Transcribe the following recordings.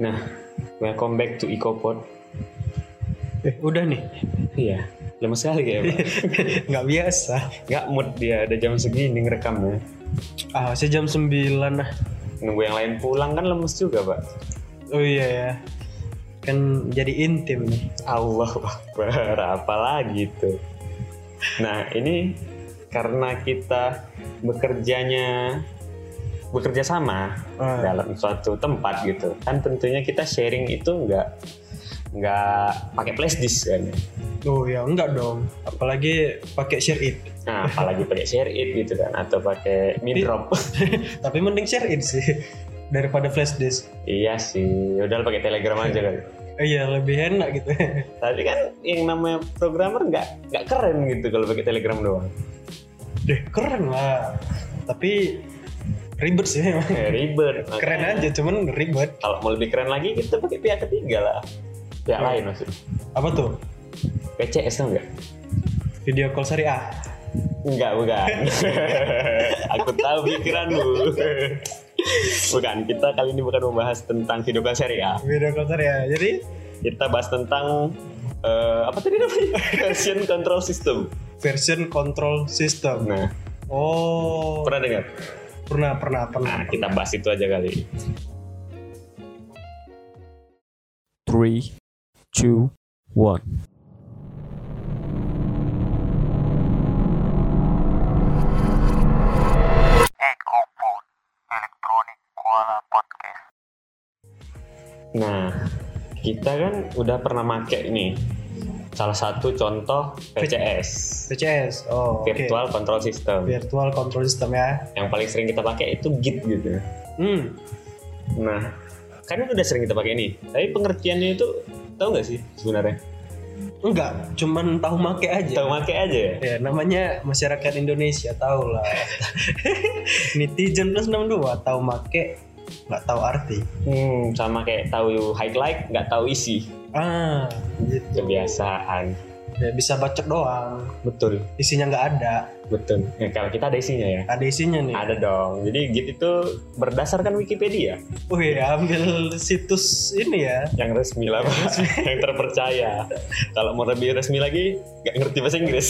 Nah, welcome back to EcoPod. Eh, udah nih, Iya, lama sekali kayaknya. nggak biasa. Gak mood dia, ada jam segini ngerekamnya. Ah, saya jam 9 lah. Nunggu yang lain pulang kan lemes juga, Pak. Oh iya ya. Kan jadi intim nih. Allah Akbar, apalagi itu. Nah, ini karena kita bekerjanya bekerja sama Hmm. dalam suatu tempat gitu kan tentunya kita sharing itu nggak nggak pakai flashdisk kan ya. Oh ya, enggak dong. Apalagi pakai share it. Nah, apalagi pakai share it gitu kan atau pakai mid drop. Tapi mending share it sih daripada flash disk. iya sih, udah pakai Telegram aja kan. Oh iya, lebih enak gitu. Tapi kan yang namanya programmer nggak nggak keren gitu kalau pakai Telegram doang. Deh, keren lah. Tapi ribet sih memang. Eh, ribet. Keren Makanya aja, cuman ribet. Kalau mau lebih keren lagi kita pakai pihak ketiga lah. Pihak Iya. lain maksudnya. Apa tuh? PCS tau nggak? Video call syariah. Enggak, bukan. Aku tahu pikiranmu. bukan, kita kali ini bukan membahas tentang video call syariah. Video call syariah. Jadi, Kita bahas tentang eh, apa tadi namanya? Version control system. version control system. Nah, Oh, pernah dengar? pernah pernah pernah. Nah, kita bahas itu aja kali. three, two, one. Nah, kita kan udah pernah make nih salah satu contoh PCS, VCS. Oh, oke. Iya. Virtual Control System. Virtual control system ya. Yang paling sering kita pakai itu Git gitu. Hmm. Nah, kan itu udah sering kita pakai nih. Tapi pengertiannya itu tahu nggak sih sebenarnya? Enggak, cuman tahu make aja. Tahu make aja ya. Ya, namanya masyarakat Indonesia tahu lah. Netizen plus 62 tahu make nggak tahu arti. Hmm, sama kayak tahu highlight nggak tahu isi. Ah, gitu. Kebiasaan. Ya, bisa bacot doang. Betul, Isinya nggak ada. betul. Ya, kalau kita ada isinya ya. Ada isinya nih. Ada dong. Jadi Git itu berdasarkan Wikipedia Wih, Oh, iya, ambil situs ini ya. yang resmi lah, Pak. yang terpercaya. Kalau mau lebih resmi lagi, nggak ngerti bahasa Inggris.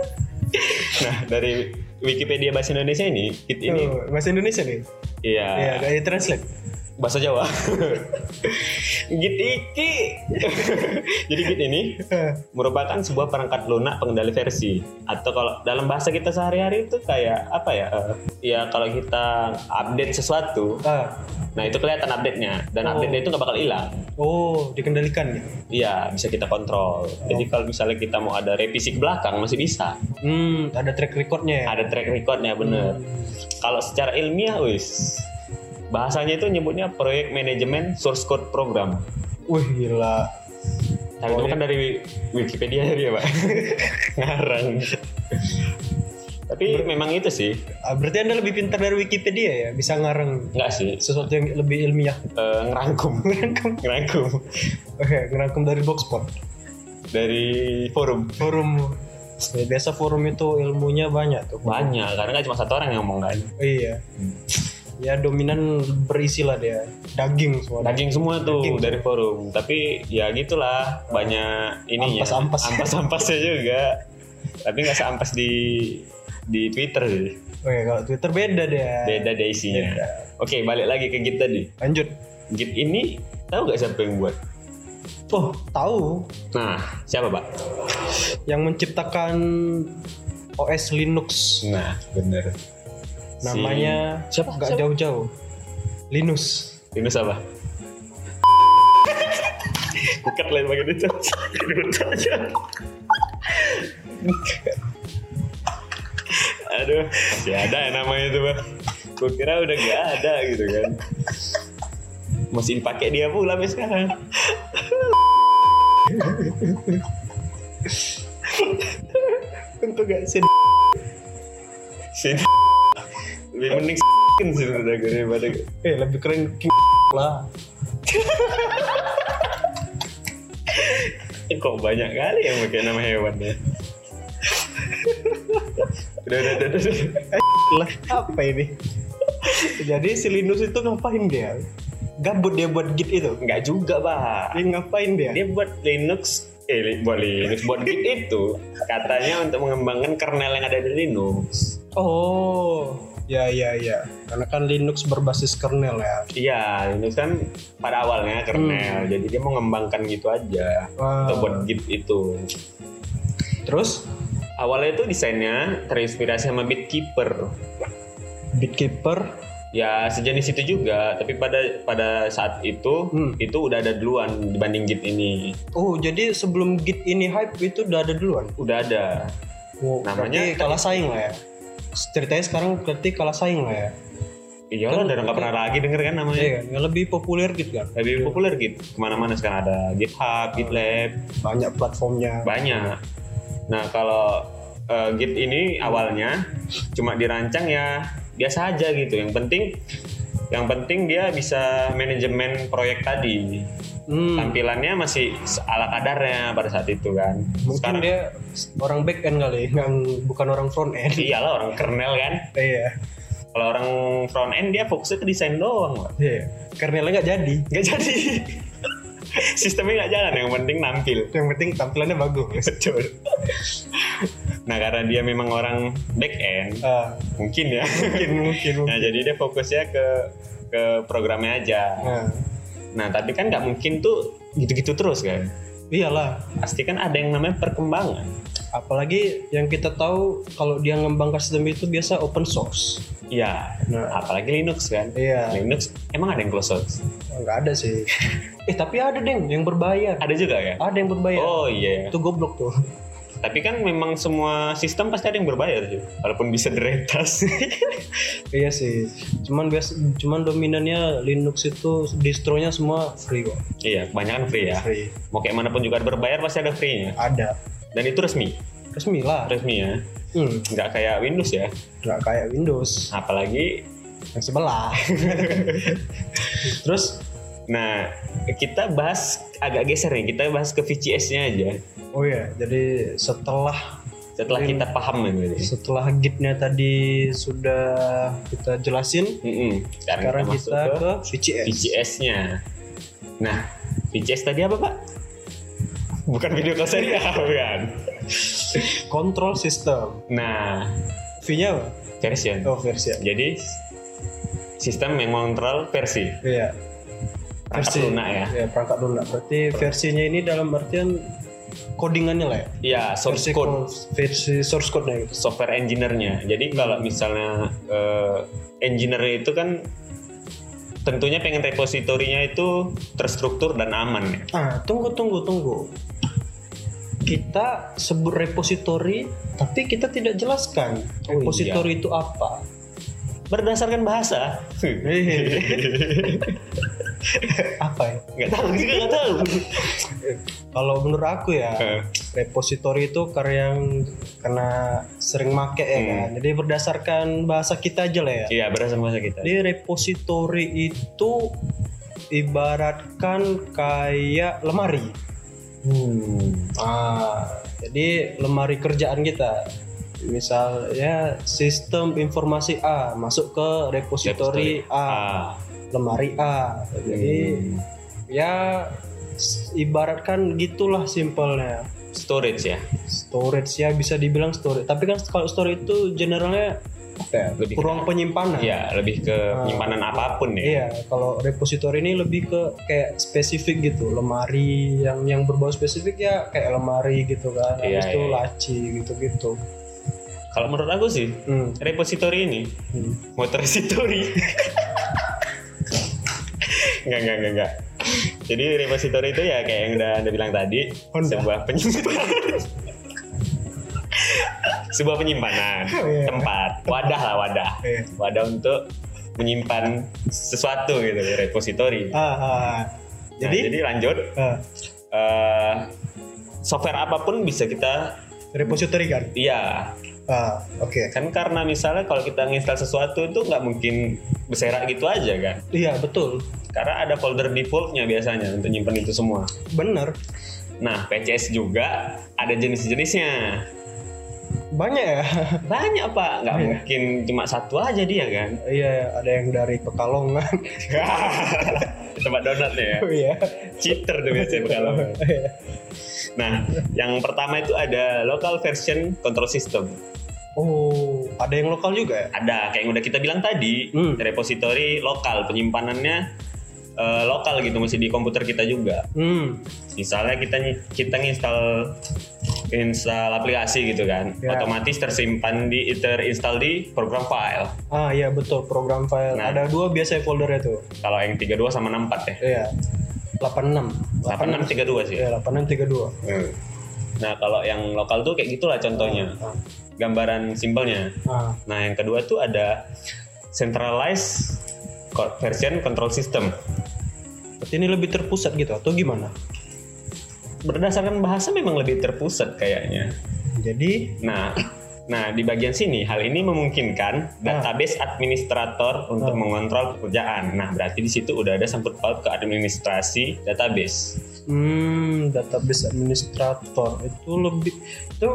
nah, dari Wikipedia bahasa Indonesia ini, Git ini, Tuh, Oh, bahasa Indonesia nih. Iya, iya, dari translate. bahasa Jawa. Git iki. Jadi Git ini Eh, merupakan sebuah perangkat lunak pengendali versi atau kalau dalam bahasa kita sehari-hari itu kayak apa ya? eh, ya kalau kita update sesuatu, Ah. nah itu kelihatan update-nya dan Oh. update-nya itu nggak bakal hilang. Oh, dikendalikan ya. Iya, bisa kita kontrol. Jadi kalau misalnya kita mau ada revisi ke belakang masih bisa. Hmm, ada track recordnya ya. Ada track recordnya bener. Kalau secara ilmiah, wis bahasanya itu nyebutnya proyek manajemen source code program. Wih gila. Tapi itu kan dari Wikipedia dia pak Ngarang Tapi memang itu sih Ah, Berarti anda lebih pintar dari Wikipedia ya, bisa ngarang Enggak sih sesuatu yang lebih ilmiah. Eh, Ngerangkum Ngerangkum. Ngerangkum Oke, ngerangkum dari Boxpot. Dari forum Forum. Ya, biasa forum itu ilmunya banyak tuh. Banyak Karena nggak cuma satu orang yang ngomong kan Iya. Ya dominan berisi lah dia, daging semua. Daging semua tuh dari forum Tapi ya gitulah Banyak ininya Ampas-ampas. Ampas-ampasnya juga Tapi nggak seampas di di Twitter sih Oke, kalau Twitter beda dia. Beda deh isinya Oke balik lagi ke Git tadi Lanjut. Git ini tahu nggak siapa yang buat? Oh, tahu Nah siapa pak? yang menciptakan OS Linux Nah, bener. namanya siapa? Gak Siapa? jauh-jauh. Linus. Linus apa? Bukan lain bagian itu. Ribut aja. Aduh, masih ada ya namanya itu, Pak. Gue kira udah gak ada gitu kan. Masih dipakai dia pula sampai sekarang. Tentu gak sih. Sini. Lebih mending sih daripada Eh lebih keren King lah. Eh, Kok banyak kali yang pakai nama hewan ya? udah, udah, udah, udah. lah apa ini? Jadi si Linus itu ngapain dia? gabut dia buat git itu Enggak juga, Pak. dia ngapain dia, Dia buat Linux, eh li- buat Linux, buat Git itu katanya untuk mengembangkan kernel yang ada di Linux. oh ya ya ya karena kan Linux berbasis kernel ya Iya, Linux kan pada awalnya kernel, jadi dia mau mengembangkan gitu aja. Wah. Atau buat Git itu. terus Awalnya itu desainnya terinspirasi sama Bitkeeper. Bitkeeper Ya sejenis itu juga, tapi pada pada saat itu Hmm. itu udah ada duluan dibanding Git ini. oh jadi sebelum git ini hype itu udah ada duluan Udah ada. Oh, Namanya- berarti kalah saing lah ya ceritanya sekarang berarti kalah saing lah ya Iya lah, udah nggak pernah lagi denger kan namanya. iya kan? yang lebih populer gitu kan Lebih populer Git. Kemana-mana sekarang ada GitHub, GitLab, banyak platformnya banyak. Nah kalau eh, Git ini awalnya cuma dirancang ya biasa aja gitu. Yang penting yang penting dia bisa manajemen proyek tadi. Hmm, Tampilannya masih ala kadarnya pada saat itu kan. mungkin dia orang back end kali yang bukan orang front end iyalah orang kernel kan. iya Kalau orang front end dia fokusnya ke desain doang, Pak. iya kernelnya nggak jadi Nggak jadi. Sistemnya nggak jalan, yang penting nampil. yang penting tampilannya bagus Betul. nah karena dia memang orang back end, Ah, mungkin ya. mungkin mungkin Nah mungkin. jadi dia fokusnya ke ke programnya aja. Nah, Nah tapi kan nggak mungkin tuh gitu-gitu terus kan. iyalah Pasti kan ada yang namanya perkembangan. apalagi yang kita tahu kalau dia ngembangkan sistem itu biasa open source Iya. Nah. Apalagi Linux kan. iya Linux emang ada yang closed source. nggak ada sih eh tapi ada deng yang berbayar Ada juga kan. ada yang berbayar Oh iya. itu goblok tuh Tapi kan memang semua sistem pasti ada yang berbayar sih. Walaupun bisa diretas. iya sih cuman bias cuman dominannya Linux itu distronya semua free kok iya, kebanyakan free ya. free Mau kayak manapun juga ada berbayar pasti ada free-nya. ada Dan itu resmi. resmi lah Resmi ya. hmm, nggak kayak Windows ya nggak kayak Windows apalagi yang sebelah terus nah kita bahas agak geser nih kita bahas ke VCS-nya aja oh iya jadi setelah setelah Hmm. kita paham kan berarti. setelah gitnya tadi sudah kita jelasin Mm-mm. sekarang, sekarang kita, kita masuk ke VCS. ke VCS-nya nah VCS tadi apa pak bukan video call seri ya bukan Control System. nah V-nya apa? version Oh, versi. jadi sistem yang mengontrol versi Iya. Perangkat lunak ya Iya, perangkat lunak. Berarti versinya ini dalam artian codingannya lah ya. iya source Versi code versi source code-nya gitu. software engineer-nya. Jadi kalau misalnya eh, engineer itu kan tentunya pengen repositorinya itu terstruktur dan aman ya. Ah, tunggu tunggu tunggu. Kita sebut repository, tapi kita tidak jelaskan Oh, repository itu apa. Berdasarkan bahasa. Eh, apa ya? Nggak tahu juga nggak tahu. Kalau menurut aku ya, Eh, repository itu karya yang karena sering make ya Hmm. kan. Jadi berdasarkan bahasa kita aja lah ya. Iya, berdasarkan bahasa kita. Jadi repository itu ibaratkan kayak lemari. Hmm. Ah, jadi lemari kerjaan kita. Misalnya sistem informasi A masuk ke repository, A, Ah. lemari A. Jadi Hmm. ya s- ibaratkan gitulah simpelnya. storage ya. Ah. Storage ya bisa dibilang storage. Tapi kan kalau storage itu generalnya apa ya, Lebih ke- ruang penyimpanan. Iya, lebih ke penyimpanan apapun ya. Ah. Iya, kalau repositori ini lebih ke kayak spesifik gitu, lemari yang yang berbau spesifik ya kayak lemari gitu kan, Iya, habis itu iya. laci gitu-gitu. Kalau menurut aku sih, Hmm. repository ini hmm. repository nggak nggak nggak nggak jadi repository itu ya kayak yang udah anda bilang tadi Honda. sebuah penyimpanan sebuah penyimpanan Oh, iya. tempat wadah lah wadah Iya. wadah untuk menyimpan sesuatu gitu repository Ah, ah. Nah, Jadi, jadi lanjut ah, eh, software apapun bisa kita repository kan? iya Ah, oke. kan karena misalnya kalau kita nginstal sesuatu itu nggak mungkin berserak gitu aja kan Iya, betul. karena ada folder defaultnya biasanya untuk nyimpen itu semua. Bener. Nah, PCS juga ada jenis-jenisnya. Banyak ya. Banyak pak, nggak mungkin cuma satu aja dia kan. Iya, ada yang dari Pekalongan. tempat donatnya ya. Oh iya. Cheater tuh biasanya pengalaman. Nah, yang pertama itu ada local version control system. Oh, ada yang lokal juga ya? Ada kayak yang udah kita bilang tadi, Hmm. repository lokal, penyimpanannya eh, lokal gitu masih di komputer kita juga. Hmm. Misalnya kita kita install install aplikasi gitu kan, Ya. otomatis tersimpan di terinstall di program file. Ah iya betul program file. Nah. Ada dua biasanya foldernya tuh. Kalau yang 32 sama 64 ya. Iya. 86. 8632 sih. Iya, 8632. Hmm. Nah, kalau yang lokal tuh kayak gitulah contohnya. Ah. Gambaran simpelnya. Ah. Nah, yang kedua tuh ada centralized co- version control system. Berarti ini lebih terpusat gitu atau gimana? Berdasarkan bahasa memang lebih terpusat kayaknya. Jadi Nah, nah di bagian sini hal ini memungkinkan database administrator Ah. untuk mengontrol pekerjaan. Nah, berarti di situ udah ada sangkut paut ke administrasi database. hmm, database administrator itu lebih itu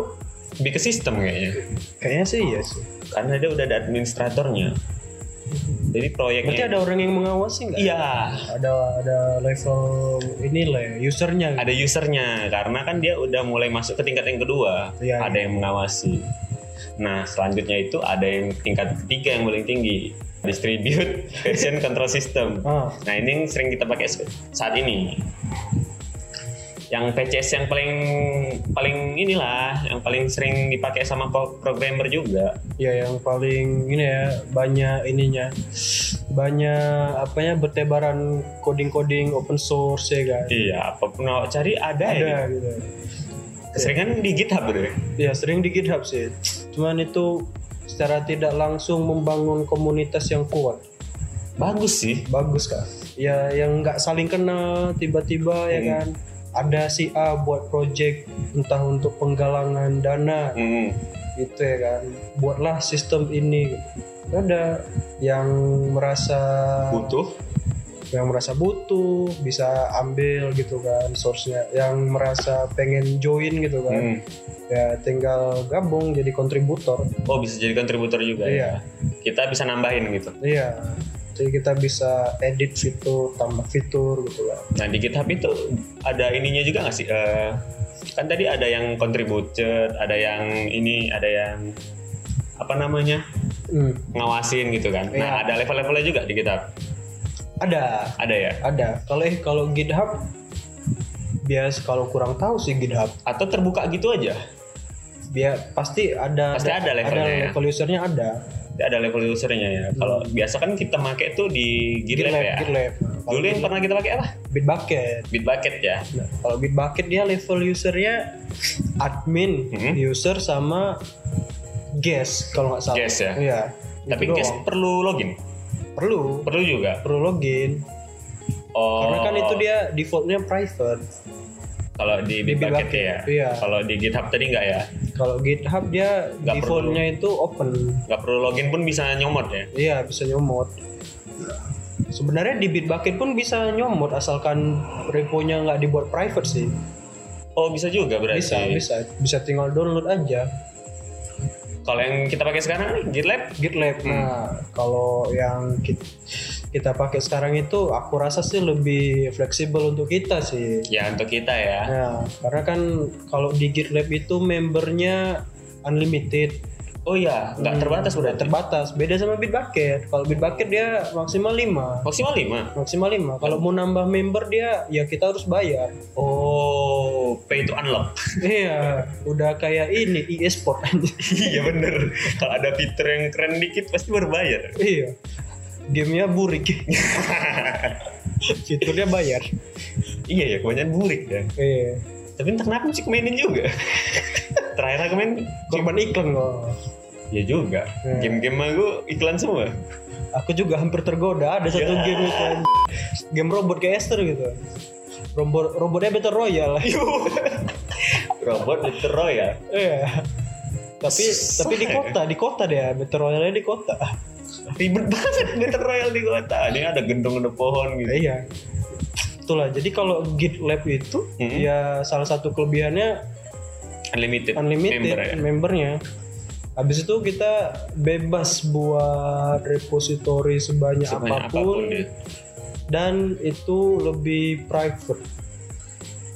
Lebih ke sistem kayaknya. kayaknya sih iya sih. Karena dia udah ada administratornya. Jadi proyeknya Berarti ada orang yang mengawasi nggak? Iya, Ada ada level ini lah ya, usernya. ada usernya karena kan dia udah mulai masuk ke tingkat yang kedua Iya. ada yang mengawasi nah selanjutnya itu ada yang tingkat ketiga yang paling tinggi distribute version control system Ah, nah ini yang sering kita pakai se- saat ini yang PCS yang paling paling inilah yang paling sering dipakai sama pro- programmer juga ya yang paling ini ya banyak ininya banyak apanya bertebaran coding-coding open source ya kan. iya apapun awak cari ada, ya Ada gitu. keseringan di GitHub bro. Ya sering di GitHub sih. Cuman itu secara tidak langsung membangun komunitas yang kuat. bagus sih bagus kan ya yang nggak saling kenal tiba-tiba ya Hmm. kan ada si A buat project entah untuk penggalangan dana Hmm. gitu ya kan buatlah sistem ini ada yang merasa butuh yang merasa butuh bisa ambil gitu kan source-nya yang merasa pengen join gitu kan Hmm. ya tinggal gabung jadi kontributor Oh bisa jadi kontributor juga Iya. ya. Kita bisa nambahin gitu. iya jadi kita bisa edit fitur tambah fitur gitu kan Nah di GitHub itu ada ininya juga nggak sih? Eh, kan tadi ada yang contributor, ada yang ini, ada yang apa namanya Hmm. ngawasin gitu kan. Nah Iya. ada level-levelnya juga di GitHub. ada Ada ya? ada kalau eh kalau GitHub bias kalau kurang tahu sih GitHub Atau terbuka gitu aja? biar pasti ada Pasti ada levelnya ya. level usernya ada Ada level usernya ya. Kalau biasa kan kita pakai tuh di GitLab, ya. Hmm. GitLab Kalau Dulu yang pernah kita pakai apa? Bitbucket Bitbucket ya. Nah, kalau Bitbucket dia level usernya admin Hmm. user sama guest kalau nggak salah Guest ya. Iya. Tapi Itu guys doang. perlu login. perlu Perlu juga. perlu login Oh. karena kan itu dia defaultnya private Kalau di Di Bitbucket, Bitbucket, ya. iya. Kalau di GitHub tadi nggak ya? kalau GitHub dia Nggak perlu. defaultnya itu open nggak perlu login pun bisa nyomot ya Iya bisa nyomot. Sebenarnya di Bitbucket pun bisa nyomot asalkan repo-nya nggak dibuat private sih. oh bisa juga berarti Bisa, bisa, bisa tinggal download aja. kalau yang kita pakai sekarang nih GitLab GitLab. Nah, kalau yang kita, kita pakai sekarang itu, aku rasa sih lebih fleksibel untuk kita sih. ya untuk kita ya Nah, karena kan kalau di GitLab itu membernya unlimited, oh ya nggak Hmm, terbatas berarti terbatas. Beda sama Bitbucket. Kalau Bitbucket dia maksimal 5 maksimal 5 maksimal 5 kalau mau nambah member dia ya kita harus bayar oh pay to unlock iya udah kayak ini E e-sport iya bener kalau ada fitur yang keren dikit pasti berbayar iya gamenya burik fiturnya bayar iya ya kebanyakan burik ya iya tapi entah kenapa sih mainin juga terakhir aku main korban iklan loh ya juga Hmm. game-game aku iklan semua aku juga hampir tergoda ada satu Ya. game itu game robot kayak Esther gitu robot robotnya Battle Royale Yuh. robot Battle Royale iya tapi Susah tapi di ya. kota di kota dia Battle Royale di kota ribet banget Battle Royale di kota ini ada gendong ada pohon gitu Ya, iya. Itulah. Jadi kalau GitLab itu Mhm. ya salah satu kelebihannya unlimited, unlimited member ya. membernya. Habis itu kita bebas buat repository sebanyak, Sebanyak apapun. apapun, ya. dan itu lebih private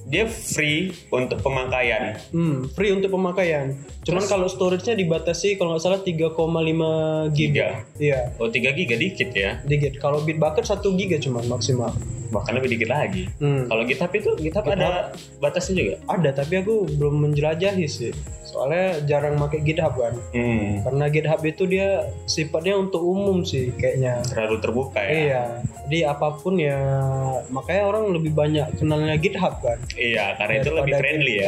Dia free untuk pemakaian. Hmm, free untuk pemakaian. Cuman kalau storage-nya dibatasi kalau nggak salah 3,5 giga. Iya, Oh 3 giga dikit ya, dikit. Kalau Bitbucket 1 giga cuman maksimal. bahkan lebih dikit lagi. Hmm. Kalau GitHub itu GitHub, ada batasnya juga. Ada, tapi aku belum menjelajahi sih. Soalnya jarang pakai GitHub kan. Hmm, Karena GitHub itu dia sifatnya untuk umum sih kayaknya. terlalu terbuka ya. Iya. Jadi apapun ya makanya orang lebih banyak kenalnya GitHub kan. Iya, karena itu lebih Daripada- friendly ya.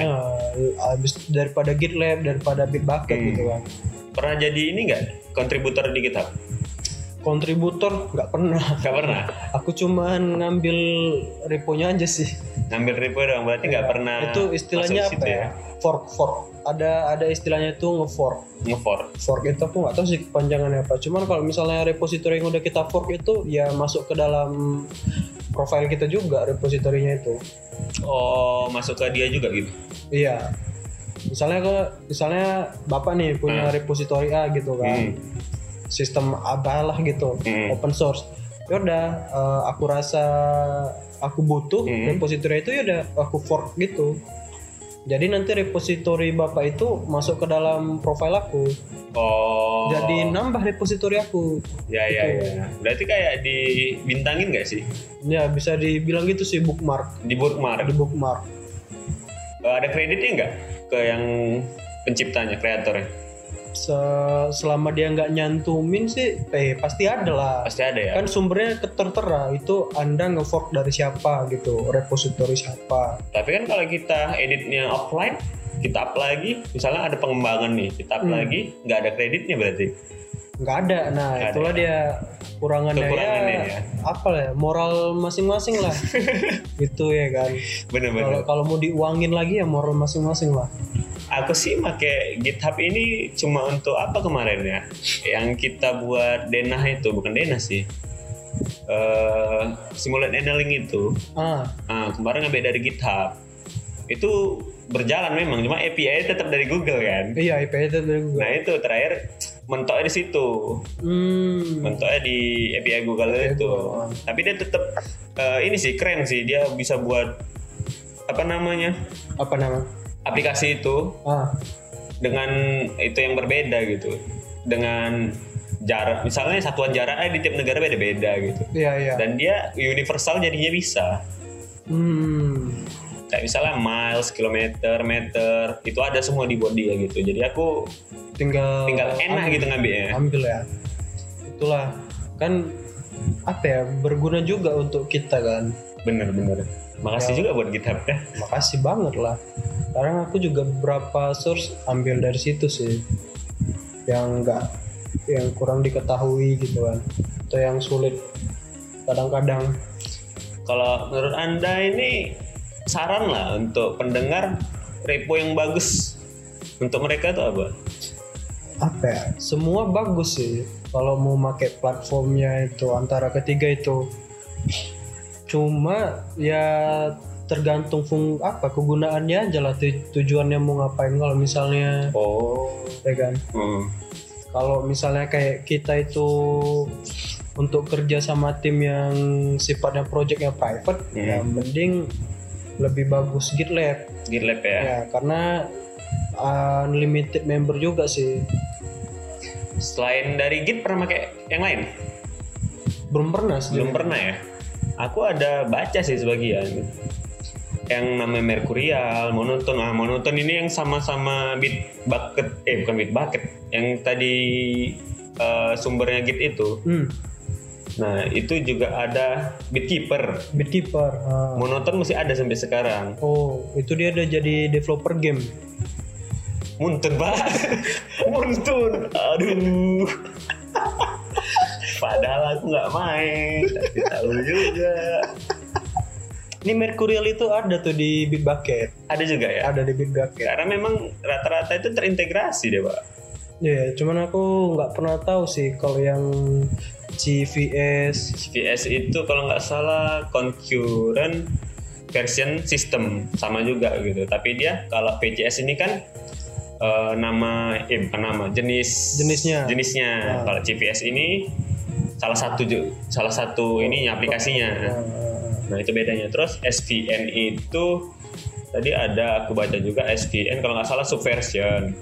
Eh, abis daripada GitLab, daripada Bitbucket Hmm. gitu kan. Pernah jadi ini nggak kontributor di GitHub? Kontributor nggak pernah. Gak pernah. Aku cuman ngambil reponya aja sih. Ngambil repo doang berarti nggak pernah. Iya. itu Nah, istilahnya masuk apa situ ya? Fork fork. Ada ada istilahnya itu ngefork. Ngefor. Fork itu aku nggak tahu sih kepanjangannya apa. Cuman kalau misalnya repository yang udah kita fork itu ya masuk ke dalam profile kita juga repositorinya itu. Oh, masuk ke dia juga gitu. Iya. Misalnya ke misalnya bapak nih punya repository A gitu Hmm. kan. Sistem apalah gitu, Hmm. open source. Ya udah, eh, aku rasa aku butuh Hmm. repository itu ya udah aku fork gitu. Jadi nanti repository bapak itu masuk ke dalam profile aku. Oh. Jadi nambah repository aku. Ya ya ya. Berarti kayak dibintangin nggak sih? Ya bisa dibilang gitu sih bookmark, Di bookmark. di bookmark. Eh, ada kreditnya nggak ke yang penciptanya, kreatornya? Se- selama dia nggak nyantumin sih, eh pasti ada lah. Pasti ada ya. kan sumbernya tertera itu anda ngefork dari siapa gitu repositori siapa Tapi kan kalau kita editnya offline, kita up lagi, misalnya ada pengembangan nih, kita up Hmm. lagi, nggak ada kreditnya berarti. nggak ada nah Nggak ada, itulah dia kurangannya Kekurangannya ya ya. apa ya moral masing-masing lah gitu ya kan kalau Bener-bener. kalau mau diuangin lagi ya moral masing-masing lah Aku sih make GitHub ini cuma untuk apa kemarin ya? Yang kita buat denah itu, bukan denah sih. eh simulate annealing itu ah ah, kemarin ngambil dari GitHub itu berjalan memang cuma API tetap dari Google kan iya IP itu dari Google nah itu terakhir mentoknya di situ hmm bentuknya di API Google itu. Google. Tapi dia tetap eh, ini sih keren sih dia bisa buat apa namanya apa nama aplikasi itu ah dengan itu yang berbeda gitu dengan jarak misalnya satuan jaraknya di tiap negara beda-beda gitu iya iya dan dia universal jadinya bisa hmm kayak misalnya miles kilometer meter itu ada semua di body ya gitu jadi aku tinggal tinggal enak gitu ngambilnya ambil ya itulah kan apa ya berguna juga untuk kita kan bener-bener makasih juga buat GitHub ya makasih banget lah sekarang aku juga beberapa source ambil dari situ sih yang enggak yang kurang diketahui gitu kan atau yang sulit kadang-kadang Kalau menurut Anda ini saran lah untuk pendengar repo yang bagus untuk mereka itu apa? apa ya semua bagus sih kalau mau pakai platformnya itu antara ketiga itu cuma ya tergantung fung apa kegunaannya aja lah tu- tujuannya mau ngapain kalau misalnya Oh. ya kan Hmm, kalau misalnya kayak kita itu untuk kerja sama tim yang sifatnya projectnya private Hmm. ya mending lebih bagus GitLab GitLab ya. ya karena uh, unlimited member juga sih Selain dari Git pernah pakai yang lain? belum pernah sih Belum pernah ya. Aku ada baca sih sebagian yang namanya Mercurial, Monoton. Ah, Monoton ini yang sama-sama Bitbucket, eh bukan Bitbucket, yang tadi eh, sumbernya Git itu. hmm, Nah, itu juga ada Bitkeeper. Bitkeeper ah. Monoton masih ada sampai sekarang. oh itu dia udah jadi developer game Muntun banget. Muntun. Aduh. Padahal aku nggak main. Tapi tahu juga. ini Mercurial itu ada tuh di Bitbucket Ada juga ya. ada di Bitbucket Karena memang rata-rata itu terintegrasi deh pak. ya cuman aku nggak pernah tahu sih kalau yang CVS VS itu kalau nggak salah concurrent version system sama juga gitu. Tapi dia kalau VCS ini kan eh, nama eh bukan nama jenis Jenisnya. jenisnya. Ah. Kalau CVS ini salah satu ju- salah satu ininya Ah. aplikasinya. Nah itu bedanya. Terus SVN itu tadi ada aku baca juga SVN kalau nggak salah subversion.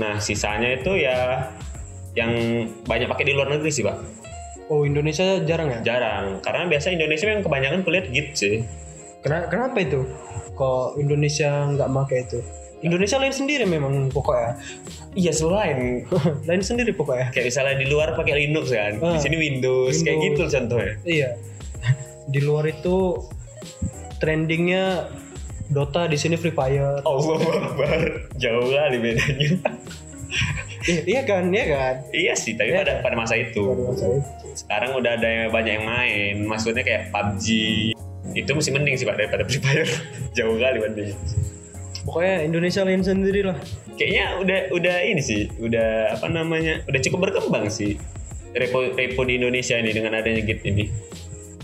Nah sisanya itu ya yang banyak pakai di luar negeri sih pak. Oh Indonesia jarang ya? Jarang karena biasa Indonesia yang kebanyakan kuliah git sih. Kena- Kenapa itu? Kok Indonesia nggak pakai itu? Indonesia lain sendiri memang pokoknya. Iya selain lain sendiri pokoknya. kayak misalnya di luar pakai Linux kan, di Ah. sini Windows, kayak gitu Windows. contohnya. Iya. Di luar itu trendingnya Dota di sini Free Fire. Allah Akbar, jauh kali bedanya. Iya, iya kan, iya kan. iya sih, tapi Iya. pada pada masa itu. Sekarang udah ada yang banyak yang main, maksudnya kayak PUBG. Itu masih mending sih Pak daripada Free Fire. jauh kali bandingnya. Pokoknya Indonesia lain sendiri lah. Kayaknya udah udah ini sih, udah apa namanya? Udah cukup berkembang sih. Repo, repo di Indonesia ini dengan adanya Git ini.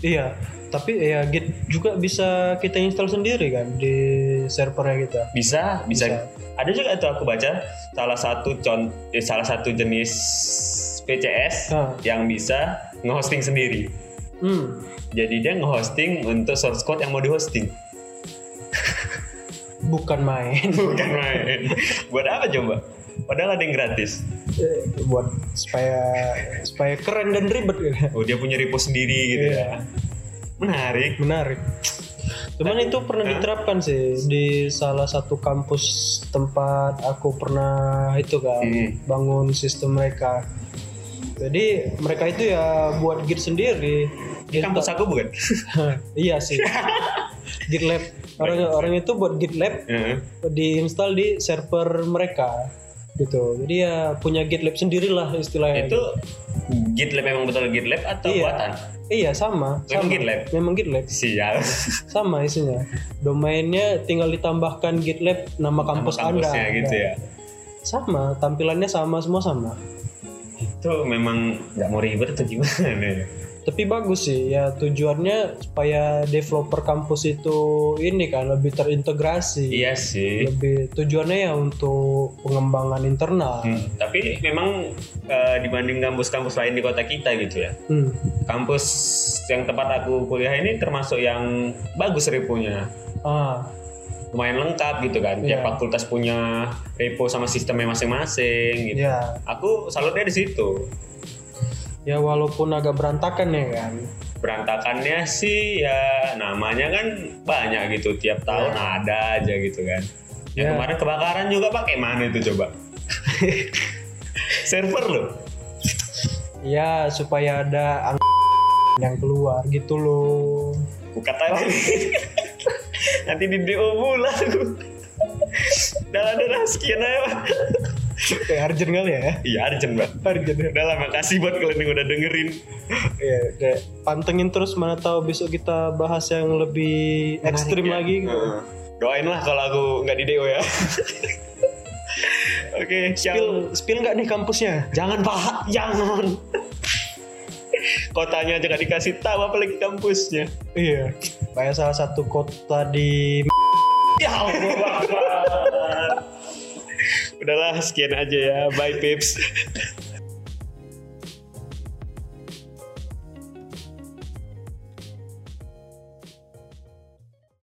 Iya, tapi ya Git juga bisa kita install sendiri kan di servernya kita. Bisa, bisa. Bisa. Ada juga itu aku baca salah satu con eh, salah satu jenis PCS Ah. yang bisa nge-hosting sendiri. Hmm. Jadi dia nge-hosting untuk source code yang mau di-hosting. Bukan main Bukan main. Buat apa coba? Padahal ada yang gratis. Eh, buat supaya supaya keren dan ribet gitu. Oh, dia punya repo sendiri gitu Iya. ya. Menarik. Menarik. Cuman itu pernah diterapkan sih di salah satu kampus tempat aku pernah itu kan Hmm. bangun sistem mereka. Jadi mereka itu ya buat git sendiri. Di kampus aku bukan? iya sih. GitLab orang orang itu buat GitLab Heeh. diinstal di server mereka gitu. Jadi ya punya GitLab sendirilah istilahnya. Itu GitLab memang betul GitLab atau Iya. buatan? Iya sama. Memang gitu. sama. GitLab? Memang GitLab. Sial. Sama isinya. Domainnya tinggal ditambahkan GitLab nama kampus Anda. Kampusnya gitu ya. Sama, tampilannya sama semua sama. Itu memang nggak mau ribet atau Iya. gimana? ya? Tapi bagus sih ya tujuannya supaya developer kampus itu ini kan lebih terintegrasi. Iya sih. Lebih tujuannya ya untuk pengembangan internal. Hmm, Tapi memang eh, dibanding kampus-kampus lain di kota kita gitu ya. Hmm. Kampus yang tempat aku kuliah ini termasuk yang bagus reponya. Ah, lumayan lengkap gitu kan. Tiap Iya. fakultas punya repo sama sistemnya masing-masing gitu. ya. Aku salutnya di situ. Ya walaupun agak berantakan ya kan. Berantakannya sih ya namanya kan banyak gitu. Tiap tahun Ya. ada aja gitu kan. Yang Iya. kemarin kebakaran juga pakai mana itu coba? Server loh. Ya supaya ada ang- yang keluar gitu loh. Aku kata Oh. lagi. Nanti di DO pula aku. Udah ada lah, sekian aja Pak. Kayak Arjen kali ya. Iya urgent Pak. Arjen ya. Udah lah makasih buat kalian yang udah dengerin. Iya, udah. pantengin terus mana tahu besok kita bahas yang lebih ekstrim Menarik lagi. ya. Heeh. Doain lah kalau aku nggak di DO ya. Oke, Spill, ciao. spill nggak nih kampusnya? Jangan pak, jangan. Kotanya aja nggak dikasih tahu apalagi kampusnya. Iya. Kayak salah satu kota di Ya Allah, Bapak. Udahlah, sekian aja ya. Bye, Pips.